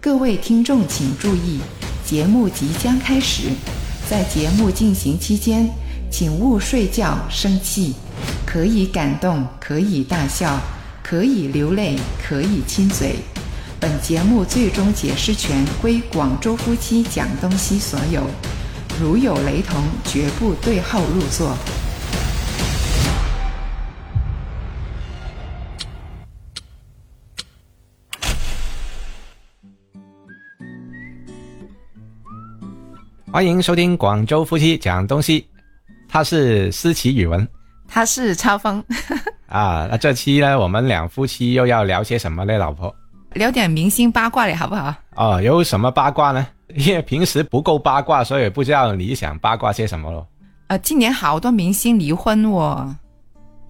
各位听众请注意，节目即将开始，在节目进行期间，请勿睡觉、生气，可以感动，可以大笑，可以流泪，可以亲嘴。本节目最终解释权归广州夫妻蒋东锡所有，如有雷同，绝不对号入座。欢迎收听广州夫妻讲东西，他是思琪语文他是超峰，啊。那这期呢，我们两夫妻又要聊些什么呢，老婆？ 聊点明星八卦嘞，好不好？哦，有什么八卦呢？ 因为平时不够八卦，所以不知道你想八卦些什么咯。呃，今年好多明星离婚哦，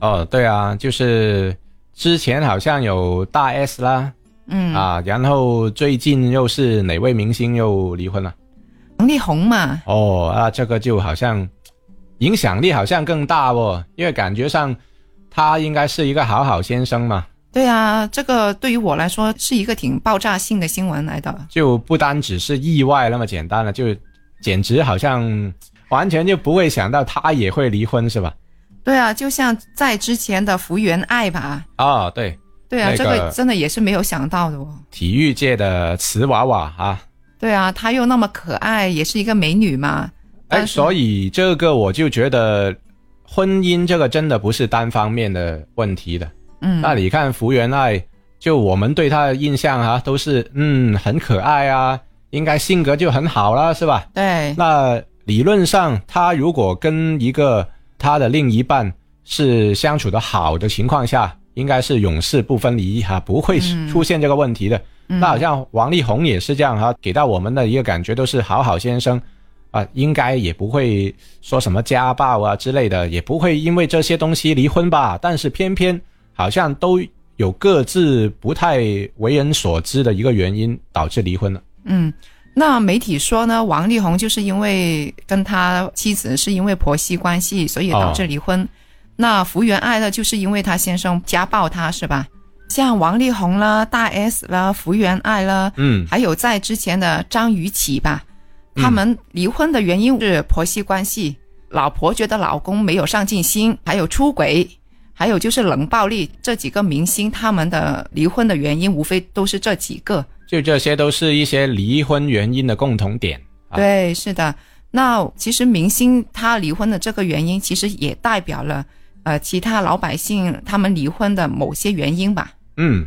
哦，对啊，就是之前好像有大 S 啦，嗯，啊，然后最近又是哪位明星又离婚了？王力宏嘛，哦，那这个就好像影响力好像更大哦，因为感觉上他应该是一个好好先生嘛。对啊，这个对于我来说是一个挺爆炸性的新闻来的。就不单只是意外那么简单了，就简直好像完全就不会想到他也会离婚，是吧？对啊，就像在之前的福原爱吧，哦，对，对啊，那这个个真的也是没有想到的哦。体育界的瓷娃娃啊，对啊，她又那么可爱，也是一个美女嘛。哎，但是所以这个我就觉得婚姻这个真的不是单方面的问题的。嗯，那你看福原爱，就我们对她的印象啊，都是嗯很可爱啊，应该性格就很好啦，是吧？对，那理论上，他如果跟一个他的另一半是相处的好的情况下，应该是永世不分离哈、不会嗯出现这个问题的。嗯那好像王力宏也是这样哈、给到我们的一个感觉都是好好先生啊、应该也不会说什么家暴啊之类的，也不会因为这些东西离婚吧。但是偏偏好像都有各自不太为人所知的一个原因导致离婚了。嗯，那媒体说呢，王力宏就是因为跟他妻子是因为婆媳关系，所啊以导致离婚。那福原爱呢，就是因为她先生家暴她，是吧？像王力宏啦、大 S 啦、福原爱啦，嗯，还有在之前的张雨绮吧，他们离婚的原因是婆媳关系，老婆觉得老公没有上进心，还有出轨，还有就是冷暴力，这几个明星他们的离婚的原因无非都是这几个。就这些都是一些离婚原因的共同点。啊对，是的。那其实明星他离婚的这个原因，其实也代表了呃其他老百姓他们离婚的某些原因吧。嗯，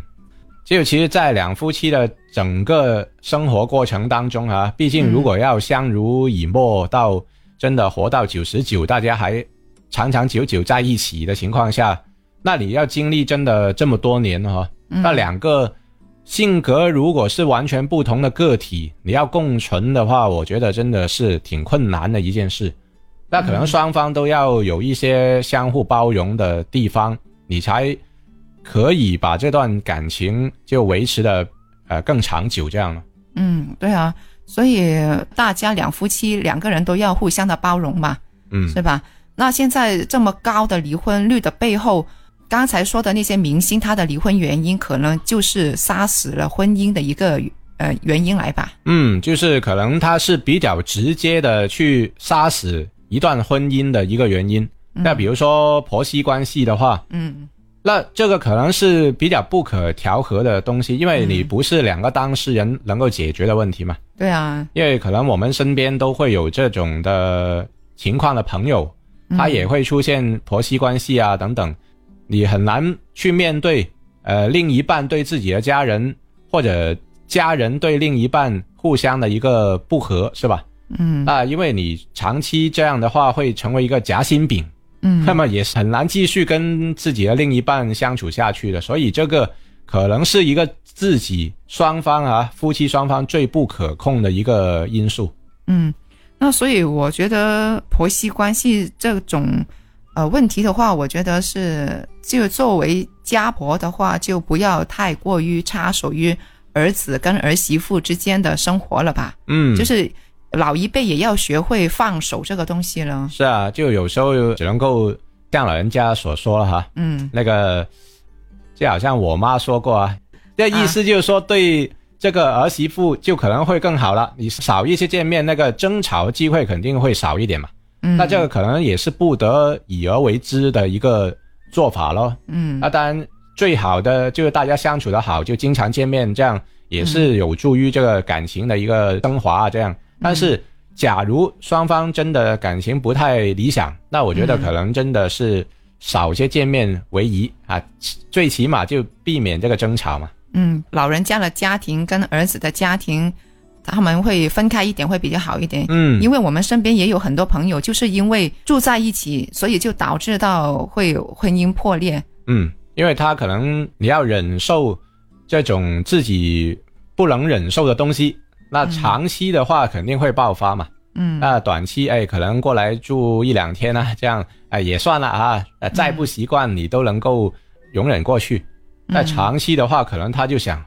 就其实，在两夫妻的整个生活过程当中啊，毕竟如果要相濡以沫到真的活到九十九，大家还长长久久在一起的情况下，那你要经历真的这么多年哈、那两个性格如果是完全不同的个体，你要共存的话，我觉得真的是挺困难的一件事。那可能双方都要有一些相互包容的地方，你才可以把这段感情就维持的呃更长久这样了。嗯，对啊，所以大家两夫妻两个人都要互相的包容嘛，嗯是吧？那现在这么高的离婚率的背后，刚才说的那些明星他的离婚原因，可能就是杀死了婚姻的一个呃原因来吧。嗯，就是可能他是比较直接的去杀死一段婚姻的一个原因。那比如说婆媳关系的话，嗯那这个可能是比较不可调和的东西，因为你不是两个当事人能够解决的问题嘛。对啊，因为可能我们身边都会有这种的情况的朋友，嗯他也会出现婆媳关系啊等等，你很难去面对呃另一半对自己的家人或者家人对另一半互相的一个不和，是吧？嗯那因为你长期这样的话，会成为一个夹心饼。嗯那么也是很难继续跟自己的另一半相处下去的，所以这个可能是一个自己双方啊夫妻双方最不可控的一个因素。嗯，那所以我觉得婆媳关系这种呃问题的话，我觉得是就作为家婆的话，就不要太过于插手于儿子跟儿媳妇之间的生活了吧。嗯，就是老一辈也要学会放手这个东西了。是啊，就有时候只能够像老人家所说了哈，嗯那个就好像我妈说过啊，这意思就是说对这个儿媳妇就可能会更好了。你少一些见面，那个争吵机会肯定会少一点嘛。嗯，那这个可能也是不得已而为之的一个做法咯。嗯那当然，最好的就是大家相处的好，就经常见面，这样也是有助于这个感情的一个升华。啊这样，但是假如双方真的感情不太理想，那我觉得可能真的是少些见面为宜啊，最起码就避免这个争吵嘛。嗯，老人家的家庭跟儿子的家庭，他们会分开一点会比较好一点。嗯，因为我们身边也有很多朋友，就是因为住在一起，所以就导致到会有婚姻破裂。嗯，因为他可能你要忍受这种自己不能忍受的东西，那长期的话肯定会爆发嘛。嗯那短期哎，可能过来住一两天啊，这样哎也算了啊，呃再不习惯你都能够容忍过去。嗯那长期的话，可能他就想，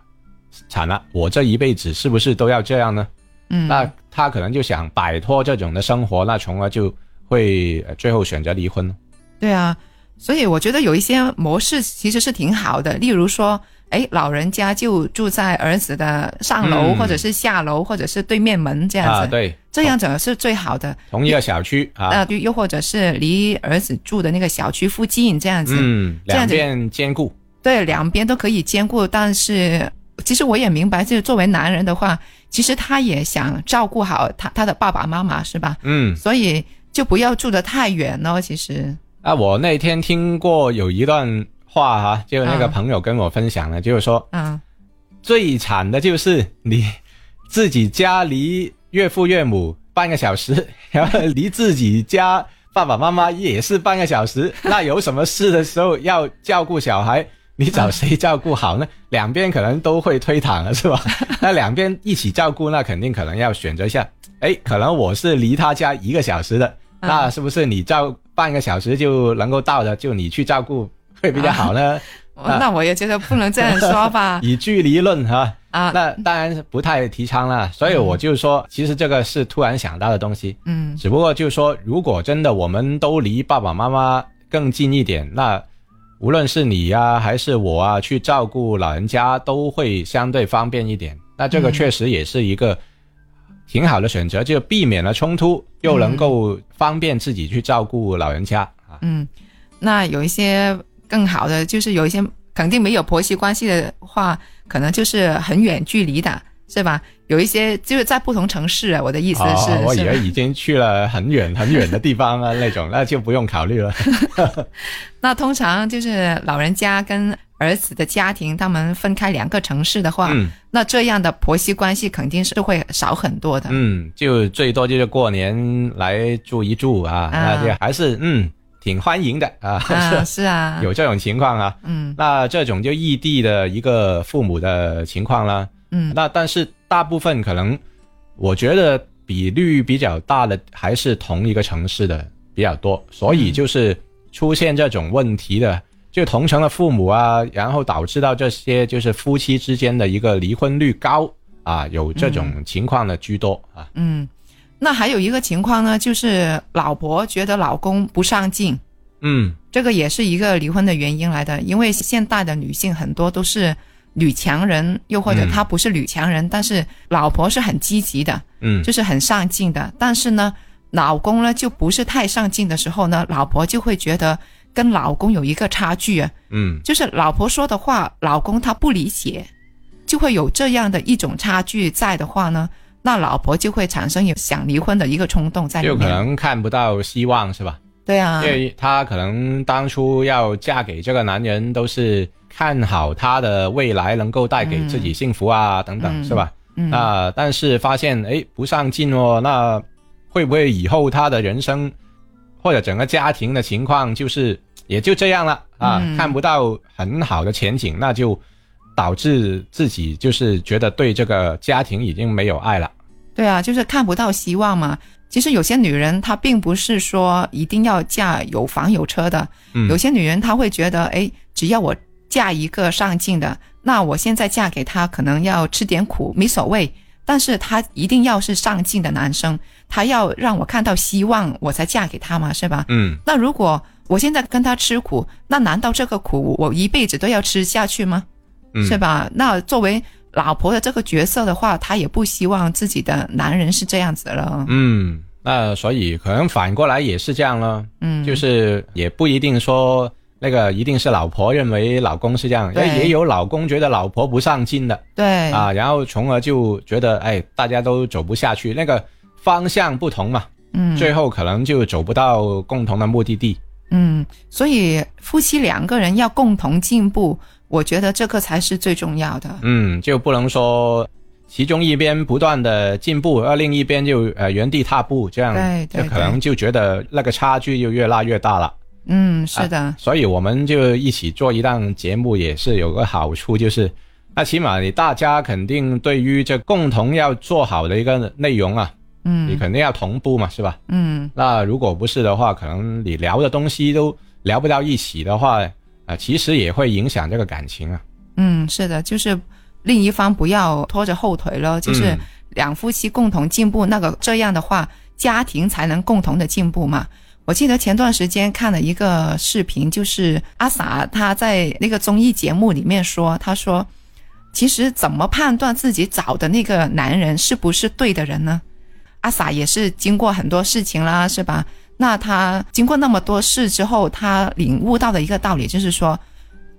惨了，我这一辈子是不是都要这样呢？嗯，那他可能就想摆脱这种的生活，那从而就会呃最后选择离婚。对啊，所以我觉得有一些模式其实是挺好的，例如说，哎，老人家就住在儿子的上楼，嗯或者是下楼，或者是对面门这样子，呃啊，对，这样子是最好的。同一个小区啊，那又又或者是离儿子住的那个小区附近这样子，嗯，这样两子边兼顾，对，两边都可以兼顾。但是其实我也明白，就是作为男人的话，其实他也想照顾好他他的爸爸妈妈，是吧？嗯。所以就不要住得太远咯。其实，啊，我那天听过有一段话哈、就那个嗯朋友跟我分享了，就是说嗯最惨的就是你自己家离岳父岳母半个小时， 然后离自己家爸爸妈妈也是半个小时。 那有什么事的时候要照顾小孩，你找谁照顾好呢？两边可能都会推搪了，是吧？那两边一起照顾，那肯定可能要选择一下。哎，可能我是离他家一个小时的，嗯那是不是你照半个小时就能够到的，就你去照顾会比较好呢？啊那我也觉得不能这样说 吧。以距离论哈、啊，那当然是不太提倡啦，所以我就说，其实这个是突然想到的东西，嗯只不过就是说，如果真的我们都离爸爸妈妈更近一点，那无论是你呀、还是我啊，去照顾老人家都会相对方便一点。那这个嗯确实也是一个挺好的选择，就避免了冲突，又能够方便自己去照顾老人家啊。嗯，那有一些更好的，就是有一些肯定没有婆媳关系的话，可能就是很远距离的，是吧？有一些就是在不同城市啊，我的意思哦是，我是以吧为已经去了很远很远的地方啊，那种那就不用考虑了。那通常就是老人家跟儿子的家庭，他们分开两个城市的话，嗯。那这样的婆媳关系肯定是会少很多的。嗯，就最多就是过年来住一住啊，那就还是嗯挺欢迎的啊，，啊，是啊 有这种情况啊。嗯那这种就异地的一个父母的情况啦。嗯那但是大部分可能，我觉得比率比较大的还是同一个城市的比较嗯多，所以就是出现这种问题的，就同城的父母啊，然后导致到这些就是夫妻之间的一个离婚率高啊，有这种情况的居多啊。嗯。那还有一个情况呢，就是老婆觉得老公不上进，嗯。这个也是一个离婚的原因来的。因为现代的女性很多都是女强人，又或者嗯她不是女强人，但是老婆是很积极的，嗯就是很上进的。但是呢，老公呢就不是太上进的时候呢，老婆就会觉得跟老公有一个差距啊，嗯就是老婆说的话，老公他不理解，就会有这样的一种差距在的话呢，那老婆就会产生有想离婚的一个冲动在里就可面。能看不到希望是吧？对啊因，为她可能当初要嫁给这个男人，都是看好他的未来能够带给自己幸福啊，等等，嗯是吧？嗯那但是发现哎不上进哦，那会不会以后他的人生或者整个家庭的情况就是也就这样了啊？嗯看不到很好的前景，那就导致自己就是觉得对这个家庭已经没有爱了。对啊，就是看不到希望嘛。其实有些女人她并不是说一定要嫁有房有车的，嗯有些女人她会觉得，哎，只要我嫁一个上进的，那我现在嫁给他可能要吃点苦，没所谓。但是他一定要是上进的男生，他要让我看到希望，我才嫁给他嘛，是吧？嗯那如果我现在跟他吃苦，那难道这个苦我一辈子都要吃下去吗？嗯，是吧？那作为老婆的这个角色的话，她也不希望自己的男人是这样子了。嗯，那所以可能反过来也是这样了，嗯，就是也不一定说那个一定是老婆认为老公是这样，对哎也有老公觉得老婆不上进的对啊，然后从而就觉得哎大家都走不下去，那个方向不同嘛，嗯，最后可能就走不到共同的目的地。嗯，所以夫妻两个人要共同进步，我觉得这个才是最重要的。嗯，就不能说其中一边不断的进步，而另一边就呃原地踏步，这样对对就可能就觉得那个差距就越拉越大了。嗯，是的，所以我们就一起做一档节目，也是有个好处，就是那起码你大家肯定对于这共同要做好的一个内容啊，你嗯肯定要同步嘛，是吧？嗯，那如果不是的话，可能你聊的东西都聊不到一起的话，啊、其实也会影响这个感情啊。嗯，是的，就是另一方不要拖着后腿了，就是嗯两夫妻共同进步，那个这样的话，家庭才能共同的进步嘛。我记得前段时间看了一个视频，就是阿 sa 他在那个综艺节目里面说，他说，其实怎么判断自己找的那个男人是不是对的人呢？阿 sa 也是经过很多事情啦，是吧？那他经过那么多事之后，他领悟到的一个道理就是说，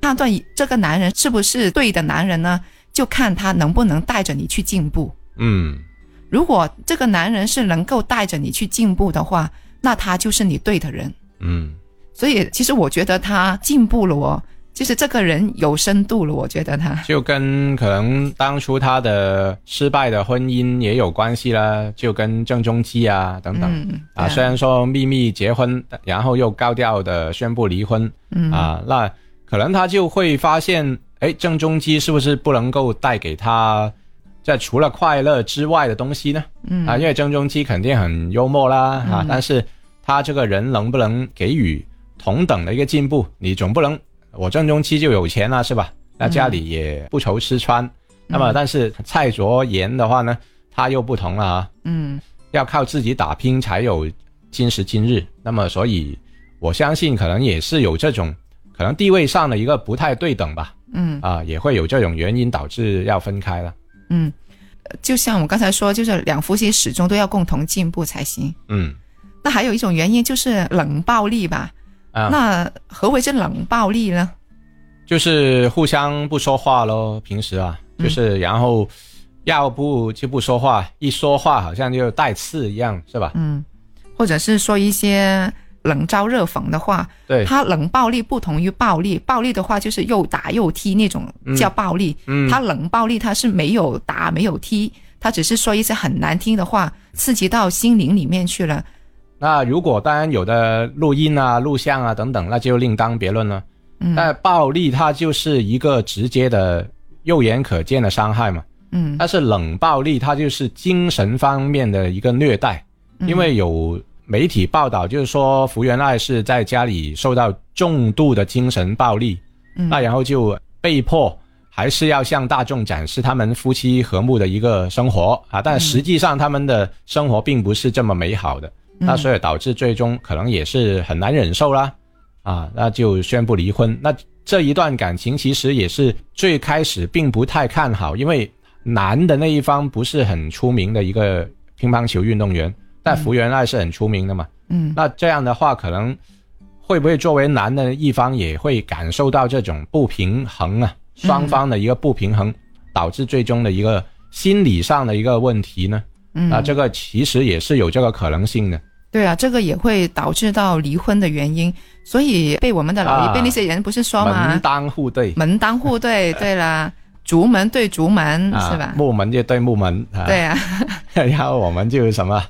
判断这个男人是不是对的男人呢，就看他能不能带着你去进步。嗯如果这个男人是能够带着你去进步的话，那他就是你对的人。嗯。所以，其实我觉得他进步了哦，就是这个人有深度了。我觉得他，就跟可能当初他的失败的婚姻也有关系啦，就跟郑中基啊等等、嗯，啊，虽对啊然说秘密结婚，然后又高调的宣布离婚、嗯啊，那可能他就会发现，哎，郑中基是不是不能够带给他在除了快乐之外的东西呢？嗯啊，因为郑中基肯定很幽默啦啊，但是他这个人能不能给予同等的一个进步？你总不能我郑中基就有钱啦，是吧？嗯那家里也不愁吃穿。那么，但是蔡卓妍的话呢，他又不同了啊，嗯要靠自己打拼才有今时今日。那么，所以我相信可能也是有这种可能地位上的一个不太对等吧，嗯啊，也会有这种原因导致要分开了。嗯，就像我刚才说，就是两夫妻始终都要共同进步才行。嗯，那还有一种原因就是冷暴力吧？啊，那何为这冷暴力呢？就是互相不说话咯，平时啊，嗯就是然后要不就不说话，一说话好像就带刺一样，是吧？嗯，或者是说一些冷嘲热讽的话，对，他冷暴力不同于暴力，暴力的话就是又打又踢那种叫暴力，嗯他冷暴力他是没有打没有踢，他只是说一些很难听的话，刺激到心灵里面去了。那如果当然有的录音啊、录像啊等等，那就另当别论了。嗯但暴力它就是一个直接的、肉眼可见的伤害嘛，嗯，但是冷暴力它就是精神方面的一个虐待，嗯因为有媒体报道，就是说福原爱是在家里受到重度的精神暴力，嗯那然后就被迫还是要向大众展示他们夫妻和睦的一个生活啊，嗯但实际上他们的生活并不是这么美好的，嗯那所以导致最终可能也是很难忍受啦，啊，那就宣布离婚。那这一段感情其实也是最开始并不太看好，因为男的那一方不是很出名的一个乒乓球运动员，但福原爱是很出名的嘛，嗯那这样的话，可能会不会作为男的一方也会感受到这种不平衡啊？双方的一个不平衡，导致最终的一个心理上的一个问题呢？嗯啊，这个其实也是有这个可能性的。对啊，这个也会导致到离婚的原因，所以被我们的老一辈啊那些人不是说嘛，门当户对，门当户对，对啦， 竹门对竹门、啊，嗯是吧？木门就对木门，啊、对，啊， 然后我们就什么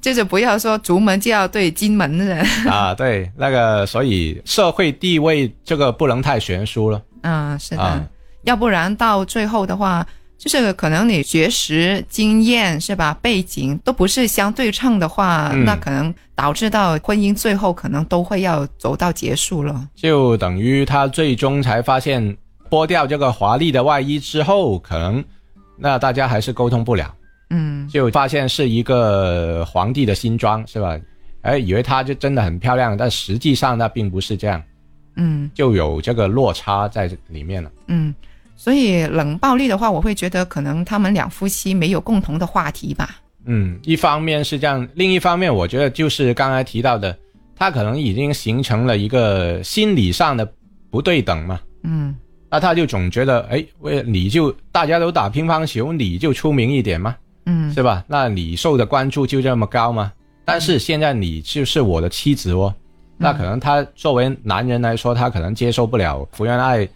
就是不要说竹门就要对金门的人，啊，对，那个，所以社会地位这个不能太悬殊了嗯，是的，啊。要不然到最后的话，就是可能你学识、经验是吧，背景都不是相对称的话，嗯那可能导致到婚姻最后可能都会要走到结束了。就等于他最终才发现，剥掉这个华丽的外衣之后，可能那大家还是沟通不了，嗯就发现是一个皇帝的新装，是吧？哎，以为她就真的很漂亮，但实际上那并不是这样，嗯就有这个落差在里面了。嗯，所以冷暴力的话，我会觉得可能他们两夫妻没有共同的话题吧。嗯，一方面是这样，另一方面我觉得就是刚才提到的，他可能已经形成了一个心理上的不对等嘛。嗯，那他就总觉得，哎，为你就大家都打乒乓球，你就出名一点嘛，嗯是吧？那你受的关注就这么高吗？但是现在你就是我的妻子哦，嗯那可能他作为男人来说，他可能接受不了福原爱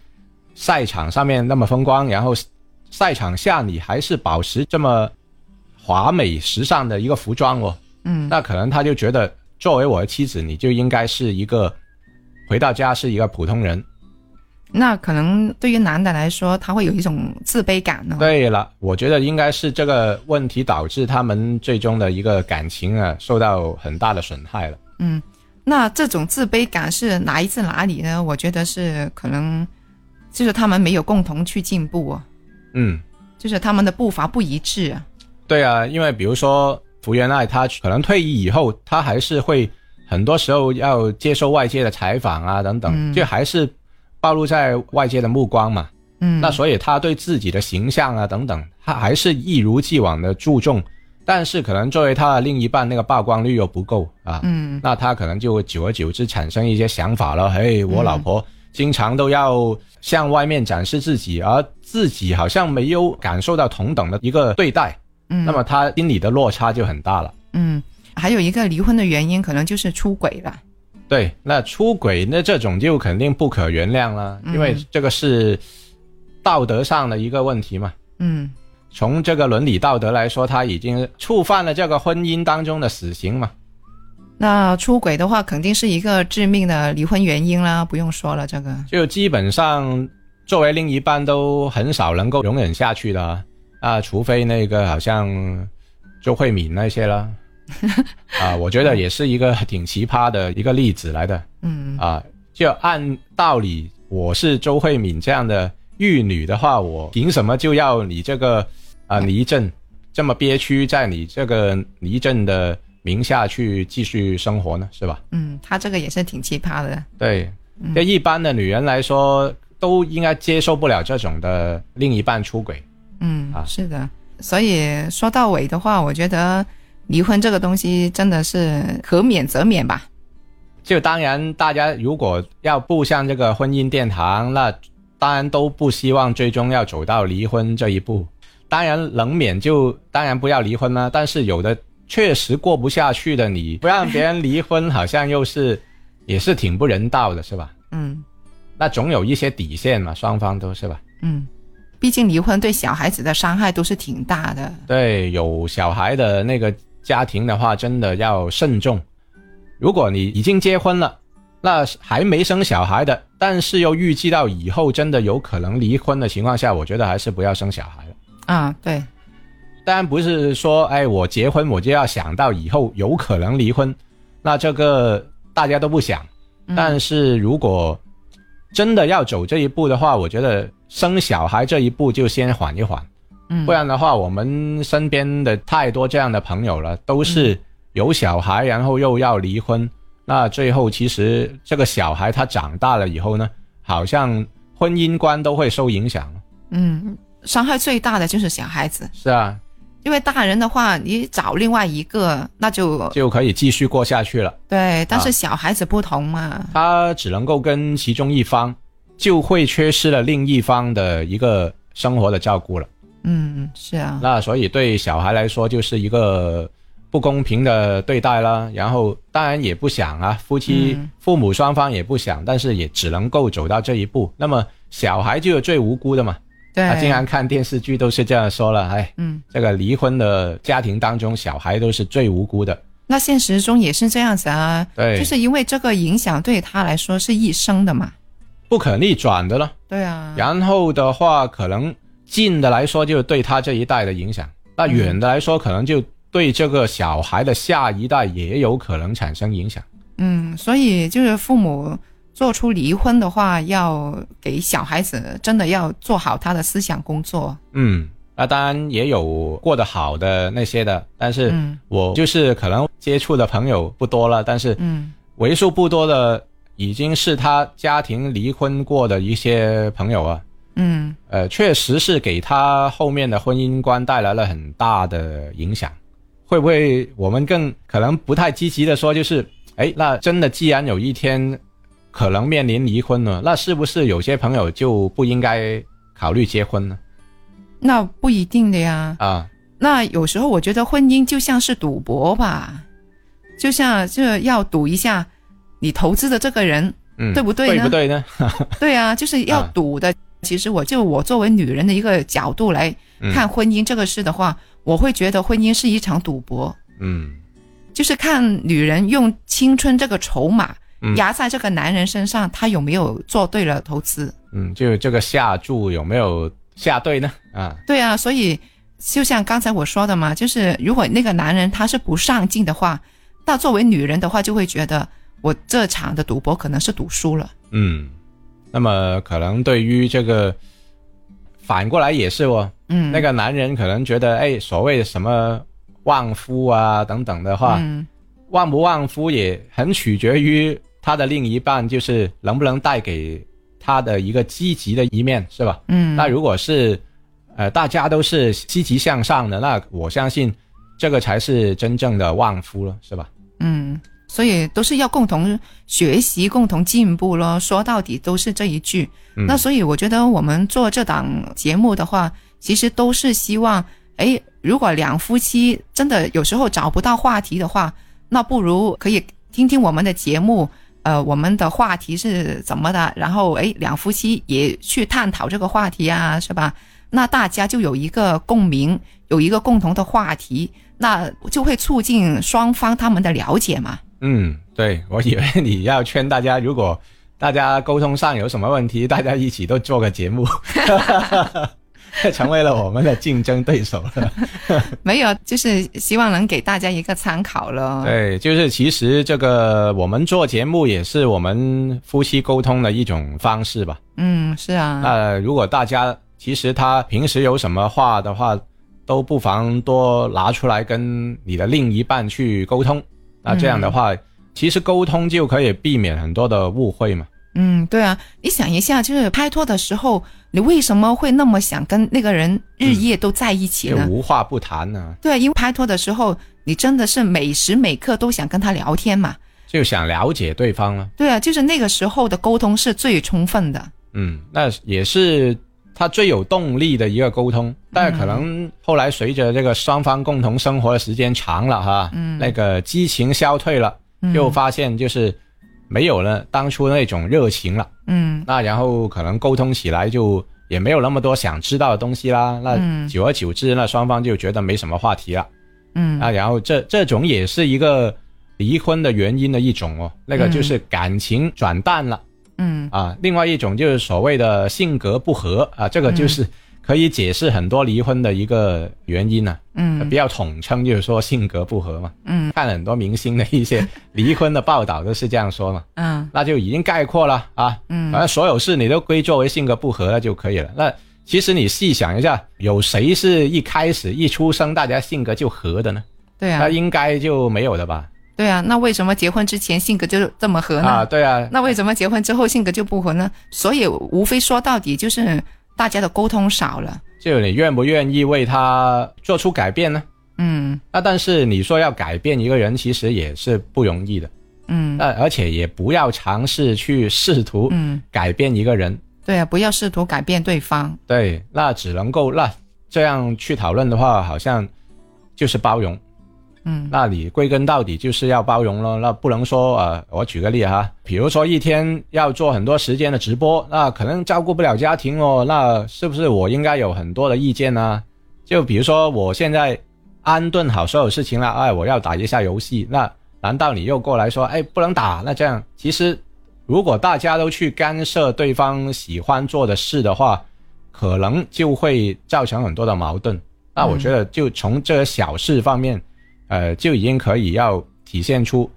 赛场上面那么风光，然后赛场下你还是保持这么华美时尚的一个服装哦，嗯那可能他就觉得作为我的妻子，你就应该是一个回到家是一个普通人，那可能对于男的来说，他会有一种自卑感呢。对了，我觉得应该是这个问题导致他们最终的一个感情啊受到很大的损害了。嗯，那这种自卑感是来自哪里呢？我觉得是可能就是他们没有共同去进步、啊，嗯，就是他们的步伐不一致、啊。对啊，因为比如说福原爱，她可能退役以后，她还是会很多时候要接受外界的采访啊等等，嗯就还是暴露在外界的目光嘛。嗯，那所以她对自己的形象啊等等，她还是一如既往的注重，但是可能作为她的另一半，那个曝光率又不够啊。嗯那他可能就会久而久之产生一些想法了。嘿，我老婆经常都要向外面展示自己，而自己好像没有感受到同等的一个对待，嗯，那么他心里的落差就很大了。嗯，还有一个离婚的原因可能就是出轨了。对，那出轨那这种就肯定不可原谅了，因为嗯这个是道德上的一个问题嘛。嗯从这个伦理道德来说，他已经触犯了这个婚姻当中的死刑嘛。那出轨的话，肯定是一个致命的离婚原因啦，不用说了，这个。就基本上作为另一半都很少能够容忍下去的啊，啊除非那个好像周慧敏那些 了。啊，我觉得也是一个挺奇葩的一个例子来的嗯啊。就按道理，我是周慧敏这样的玉女的话，我凭什么就要你这个啊倪震这么憋屈，在你这个倪震的名下去继续生活呢？是吧？嗯，他这个也是挺奇葩的。对，对一般的女人来说，都应该接受不了这种的另一半出轨。嗯，啊是的。所以说到尾的话，我觉得离婚这个东西真的是可免则免吧。就当然，大家如果要步向这个婚姻殿堂，那当然都不希望最终要走到离婚这一步。当然，能免就当然不要离婚啦。但是有的确实过不下去的，你不让别人离婚，好像又是也是挺不人道的，是吧？嗯那总有一些底线嘛，双方都是吧？嗯，毕竟离婚对小孩子的伤害都是挺大的。对，有小孩的那个家庭的话，真的要慎重。如果你已经结婚了，那还没生小孩的，但是又预计到以后真的有可能离婚的情况下，我觉得还是不要生小孩了。啊，对，当然不是说，哎，我结婚我就要想到以后有可能离婚，那这个大家都不想。嗯但是如果真的要走这一步的话，我觉得生小孩这一步就先缓一缓。嗯不然的话，我们身边的太多这样的朋友了，都是有小孩，然后又要离婚。那最后，其实这个小孩他长大了以后呢，好像婚姻观都会受影响。嗯，伤害最大的就是小孩子，是啊，因为大人的话，你找另外一个那就就可以继续过下去了。对，但啊是小孩子不同嘛。他只能够跟其中一方，就会缺失了另一方的一个生活的照顾了。嗯，是啊，那所以对小孩来说就是一个不公平的对待啦。然后当然也不想啊，夫妻、嗯父母双方也不想，但是也只能够走到这一步。那么小孩就是最无辜的嘛，对，啊，经常看电视剧都是这样说了，哎，嗯，这个离婚的家庭当中，小孩都是最无辜的。那现实中也是这样子啊，对，就是因为这个影响对他来说是一生的嘛。不可逆转的了。对啊，然后的话，可能近的来说，就对他这一代的影响；那远的来说，可能就对这个小孩的下一代也有可能产生影响。嗯，所以就是父母做出离婚的话，要给小孩子真的要做好他的思想工作。嗯，那当然也有过得好的那些的，但是嗯我就是可能接触的朋友不多了，但是嗯为数不多的已经是他家庭离婚过的一些朋友啊，嗯呃，确实是给他后面的婚姻观带来了很大的影响。会不会我们更可能不太积极的说，就是，哎，那真的既然有一天可能面临离婚了，那是不是有些朋友就不应该考虑结婚呢？那不一定的呀。啊，那有时候我觉得婚姻就像是赌博吧，就像这要赌一下你投资的这个人，嗯，对不对呢对不对呢？对啊，就是要赌的。其实我就我作为女人的一个角度来嗯看婚姻这个事的话，我会觉得婚姻是一场赌博，嗯就是看女人用青春这个筹码嗯压在这个男人身上，他有没有做对了投资。嗯，就这个下注有没有下对呢？啊，对啊，所以就像刚才我说的嘛，就是如果那个男人他是不上进的话，那作为女人的话就会觉得我这场的赌博可能是赌输了。嗯，那么可能对于这个反过来也是哦，嗯，那个男人可能觉得，哎，所谓什么旺夫啊等等的话，嗯旺不旺夫也很取决于他的另一半，就是能不能带给他的一个积极的一面，是吧？嗯，那如果是呃大家都是积极向上的，那我相信这个才是真正的旺夫了，是吧？嗯，所以都是要共同学习、共同进步咯。说到底都是这一句。嗯那所以我觉得我们做这档节目的话，其实都是希望，哎，如果两夫妻真的有时候找不到话题的话，那不如可以听听我们的节目。呃，我们的话题是怎么的？然后，哎，两夫妻也去探讨这个话题啊，是吧？那大家就有一个共鸣，有一个共同的话题，那就会促进双方他们的了解嘛。嗯，对，我以为你要劝大家，如果大家沟通上有什么问题，大家一起都做个节目， 成为了我们的竞争对手了。没有，就是希望能给大家一个参考了。对，就是其实这个我们做节目也是我们夫妻沟通的一种方式吧。嗯，是啊，那如果大家其实他平时有什么话的话，都不妨多拿出来跟你的另一半去沟通。那这样的嗯话，其实沟通就可以避免很多的误会嘛。嗯，对啊。你想一下，就是拍拖的时候，你为什么会那么想跟那个人日夜都在一起就呢？无话不谈呢、对啊，因为拍拖的时候，你真的是每时每刻都想跟他聊天嘛。就想了解对方了。对啊，就是那个时候的沟通是最充分的。嗯，那也是他最有动力的一个沟通。但可能后来随着这个双方共同生活的时间长了哈，嗯那个激情消退了，嗯就发现就是没有了当初那种热情了。嗯那然后可能沟通起来就也没有那么多想知道的东西啦。那嗯久而久之，那双方就觉得没什么话题了。嗯那然后这这种也是一个离婚的原因的一种哦，那个就是感情转淡了。嗯啊，另外一种就是所谓的性格不合啊，这个就是可以解释很多离婚的一个原因呢、啊，嗯比较统称就是说性格不合嘛。嗯看很多明星的一些离婚的报道都是这样说嘛，嗯那就已经概括了啊，反嗯正所有事你都归作为性格不合了就可以了。那其实你细想一下，有谁是一开始一出生大家性格就合的呢？对啊那，应该就没有的吧？对啊。那为什么结婚之前性格就这么合呢？啊，对 啊，那为什么结婚之后性格就不合呢？所以无非说到底就是大家的沟通少了。就你愿不愿意为他做出改变呢？嗯那但是你说要改变一个人，其实也是不容易的。嗯那而且也不要尝试去试图嗯，改变一个人，对啊，不要试图改变对方。对，那只能够那这样去讨论的话，好像就是包容。嗯那你归根到底就是要包容咯，那不能说呃，我举个例哈，比如说一天要做很多时间的直播，那可能照顾不了家庭哦，那是不是我应该有很多的意见呢、就比如说我现在安顿好所有事情了，哎，我要打一下游戏，那难道你又过来说，哎，不能打？那这样其实如果大家都去干涉对方喜欢做的事的话，可能就会造成很多的矛盾。那我觉得就从这个小事方面，呃，就已经可以要体现出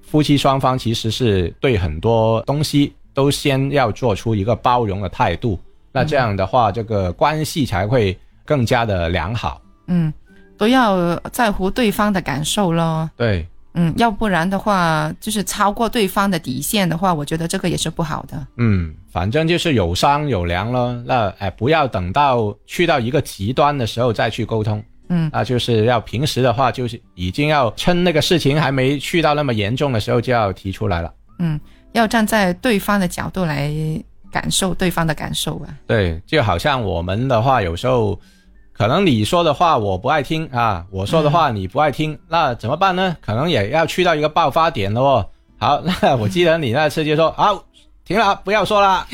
夫妻双方其实是对很多东西都先要做出一个包容的态度。那这样的话，这个关系才会更加的良好。嗯，都要在乎对方的感受咯。对，嗯，要不然的话，就是超过对方的底线的话，我觉得这个也是不好的。嗯，反正就是有商有量咯。那哎、不要等到去到一个极端的时候再去沟通。嗯那就是要平时的话，就是已经要趁那个事情还没去到那么严重的时候就要提出来了。嗯，要站在对方的角度来感受对方的感受啊吧。对，就好像我们的话，有时候可能你说的话我不爱听啊，我说的话你不爱听，那怎么办呢？可能也要去到一个爆发点了哦。好， 那我记得你那次就说啊，停了，不要说了。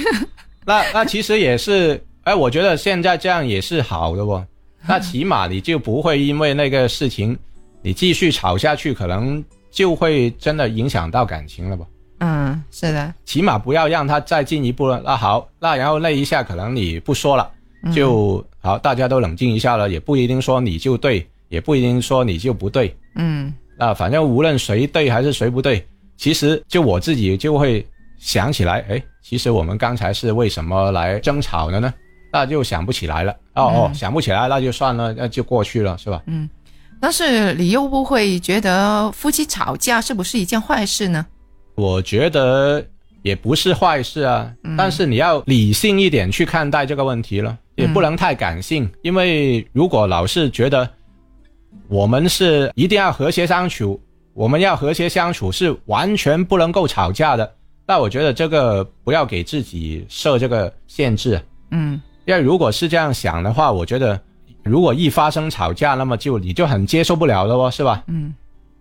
那那其实也是，哎，我觉得现在这样也是好的哦。那起码你就不会因为那个事情，你继续吵下去，可能就会真的影响到感情了吧。嗯，是的，起码不要让它再进一步了。那好，那然后那一下可能你不说了，嗯就、好，大家都冷静一下了，也不一定说你就对，也不一定说你就不对。嗯那反正无论谁对还是谁不对，其实就我自己就会想起来，哎，其实我们刚才是为什么来争吵的呢？那就想不起来了。哦哦，嗯想不起来那就算了，那就过去了，是吧？嗯。但是你又不会觉得夫妻吵架是不是一件坏事呢？我觉得也不是坏事啊，嗯但是你要理性一点去看待这个问题了，也不能太感性，因为如果老是觉得我们是一定要和谐相处，我们要和谐相处是完全不能够吵架的，那我觉得这个不要给自己设这个限制，啊嗯因为如果是这样想的话，我觉得如果一发生吵架，那么就你就很接受不了了哦，是吧？嗯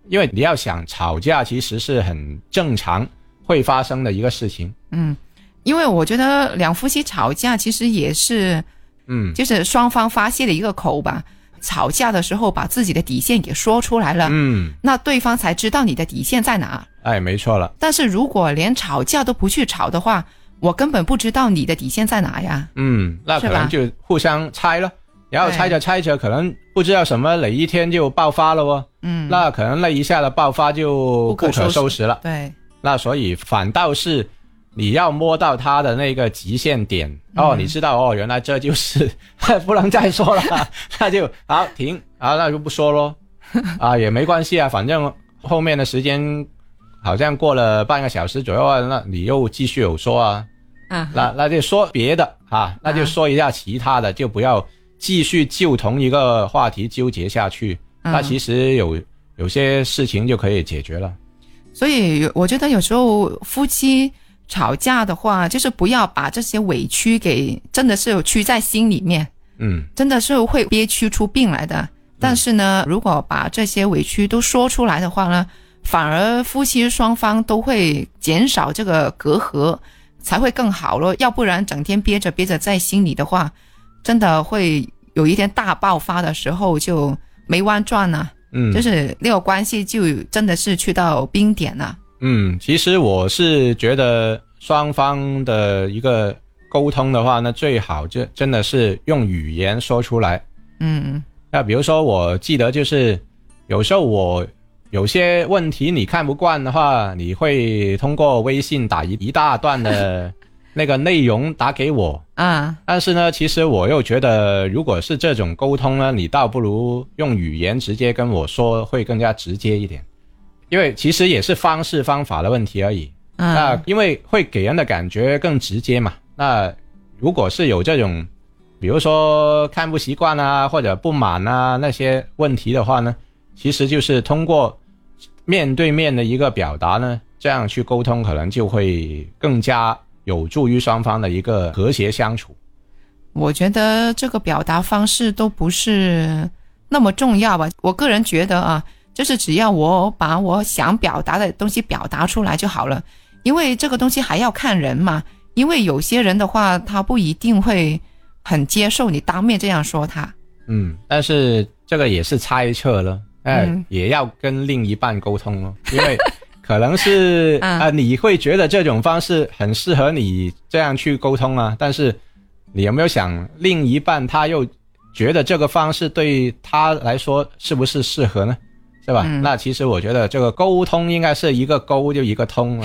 因为你要想吵架，其实是很正常会发生的一个事情。嗯，因为我觉得两夫妻吵架其实也是嗯就是双方发泄的一个口吧。吵架的时候把自己的底线给说出来了，嗯，那对方才知道你的底线在哪。哎，没错了。但是如果连吵架都不去吵的话，我根本不知道你的底线在哪呀。嗯，那可能就互相猜了，然后猜着猜着，可能不知道什么哪一天就爆发了哦。嗯，那可能那一下的爆发就不可不可收拾了。对，那所以反倒是你要摸到他的那个极限点、哦，你知道哦，原来这就是 不能再说了，那就好停啊，那就不说咯。啊，也没关系啊，反正后面的时间好像过了半个小时左右啊，那你又继续有说啊，啊，那那就说别的啊，那就说一下其他的，就不要继续就同一个话题纠结下去。嗯那其实有有些事情就可以解决了。所以我觉得有时候夫妻吵架的话，就是不要把这些委屈给真的是有屈在心里面，嗯。真的是会憋屈出病来的。但是呢，嗯如果把这些委屈都说出来的话呢，反而夫妻双方都会减少这个隔阂，才会更好咯。要不然整天憋着憋着在心里的话，真的会有一天大爆发的时候就没弯转了、嗯，就是那个关系就真的是去到冰点了、嗯，其实我是觉得双方的一个沟通的话，那最好就真的是用语言说出来。嗯那比如说，我记得就是有时候我有些问题你看不惯的话，你会通过微信打一一大段的那个内容打给我。啊，但是呢，其实我又觉得，如果是这种沟通呢，你倒不如用语言直接跟我说，会更加直接一点，因为其实也是方式方法的问题而已。那嗯因为会给人的感觉更直接嘛。那如果是有这种，比如说看不习惯啊，或者不满啊那些问题的话呢，其实就是通过面对面的一个表达呢，这样去沟通，可能就会更加有助于双方的一个和谐相处。我觉得这个表达方式都不是那么重要吧。我个人觉得啊，就是只要我把我想表达的东西表达出来就好了，因为这个东西还要看人嘛。因为有些人的话，他不一定会很接受你当面这样说他。嗯，但是这个也是猜测了，哎、嗯也要跟另一半沟通哦，因 为可能是啊、嗯你会觉得这种方式很适合你这样去沟通啊，但是你有没有想，另一半他又觉得这个方式对他来说是不是适合呢？是吧？嗯那其实我觉得这个沟通应该是一个沟就一个通 啊，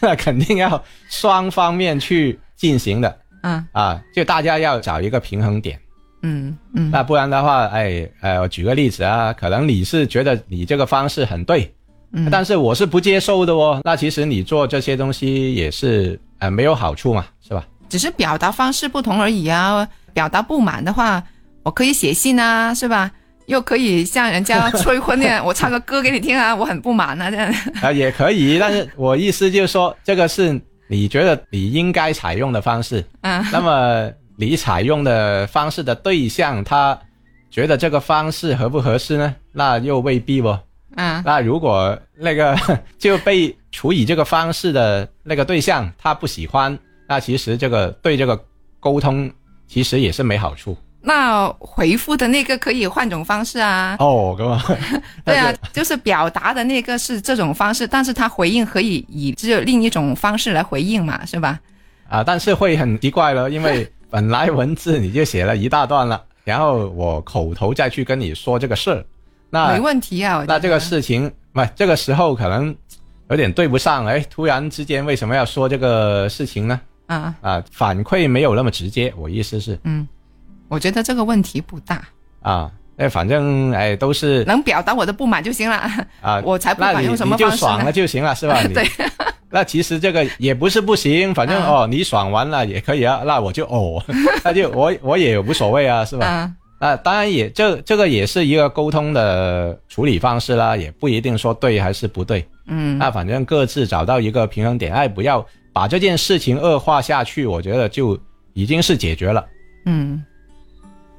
那肯定要双方面去进行的嗯啊，就大家要找一个平衡点。嗯嗯哎那不然的话，哎，呃，我举个例子啊，可能你是觉得你这个方式很对，嗯，但是我是不接受的哦。那其实你做这些东西也是呃没有好处嘛，是吧？只是表达方式不同而已啊。表达不满的话，我可以写信啊，是吧？又可以向人家催婚呢，我唱个歌给你听啊，我很不满啊，这样。啊、也 可以，但是我意思就是说，这个是你觉得你应该采用的方式。嗯，那么你采用的方式的对象，他觉得这个方式合不合适呢？那又未必哦。 嗯那如果那个 就被处以这个方式的那个对象他不喜欢，那其实这个对这个沟通其实也是没好处。那回复的那个可以换种方式啊。哦，咁啊， 对 啊，就是表达的那个是这种方式，但是他回应可以以只有另一种方式来回应嘛，是吧？啊，但是会很奇怪了，因为本来文字你就写了一大段了，然后我口头再去跟你说这个事儿，没那问题啊，我觉那得这个事情，不，这个时候可能有点对不上，哎，突然之间为什么要说这个事情呢？啊，啊，反馈没有那么直接，我意思是嗯，我觉得这个问题不大，啊，那反正哎都是能表达我的不满就行了。啊， 我才不管那你用什么你就方式呢爽了就行了，是吧？你对。 那其实这个也不是不行，反正、嗯哦，你爽完了也可以啊，那我就哦， 那就我我也无所谓啊，是吧？嗯那当然也，这这个也是一个沟通的处理方式啦，也不一定说对还是不对。嗯那反正各自找到一个平衡点，哎，不要把这件事情恶化下去，我觉得就已经是解决了。嗯，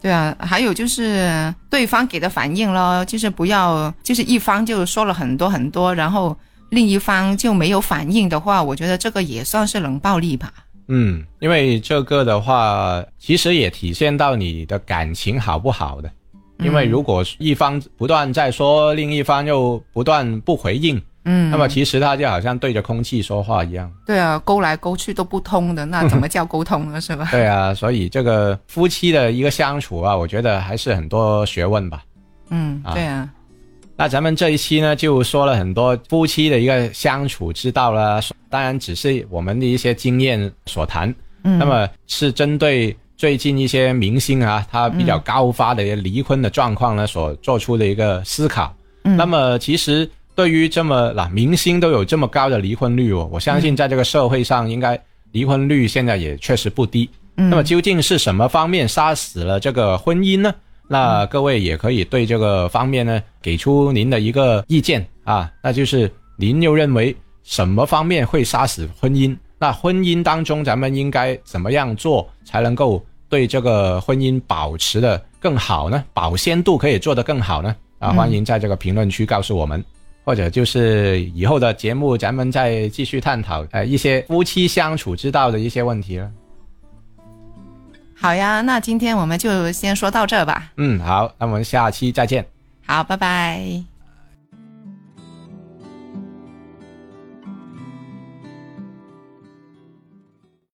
对啊，还有就是对方给的反应咯，就是不要，就是一方就说了很多很多，然后另一方就没有反应的话，我觉得这个也算是冷暴力吧。嗯，因为这个的话，其实也体现到你的感情好不好的。因为如果一方不断在说，另一方又不断不回应，嗯，那么其实他就好像对着空气说话一样。对啊，勾来勾去都不通的，那怎么 叫沟通呢？是吧？对啊，所以这个夫妻的一个相处啊，我觉得还是很多学问吧。嗯，啊对啊，那咱们这一期呢，就说了很多夫妻的一个相处之道啦，当然只是我们的一些经验所谈。嗯，那么是针对最近一些明星啊，他比较高发的一些离婚的状况呢，所做出的一个思考。嗯那么其实对于这么啦，明星都有这么高的离婚率哦，我嗯相信在这个社会上，应该离婚率现在也确实不低。嗯那么究竟是什么方面杀死了这个婚姻呢？那各位也可以对这个方面呢给出您的一个意见啊，那就是您又认为什么方面会杀死婚姻？那婚姻当中咱们应该怎么样做才能够对这个婚姻保持的更好呢？保鲜度可以做得更好呢？啊，嗯欢迎在这个评论区告诉我们。或者就是以后的节目，咱们再继续探讨呃一些夫妻相处之道的一些问题了。好呀，那今天我们就先说到这儿吧。嗯，好，那我们下期再见。好，拜拜。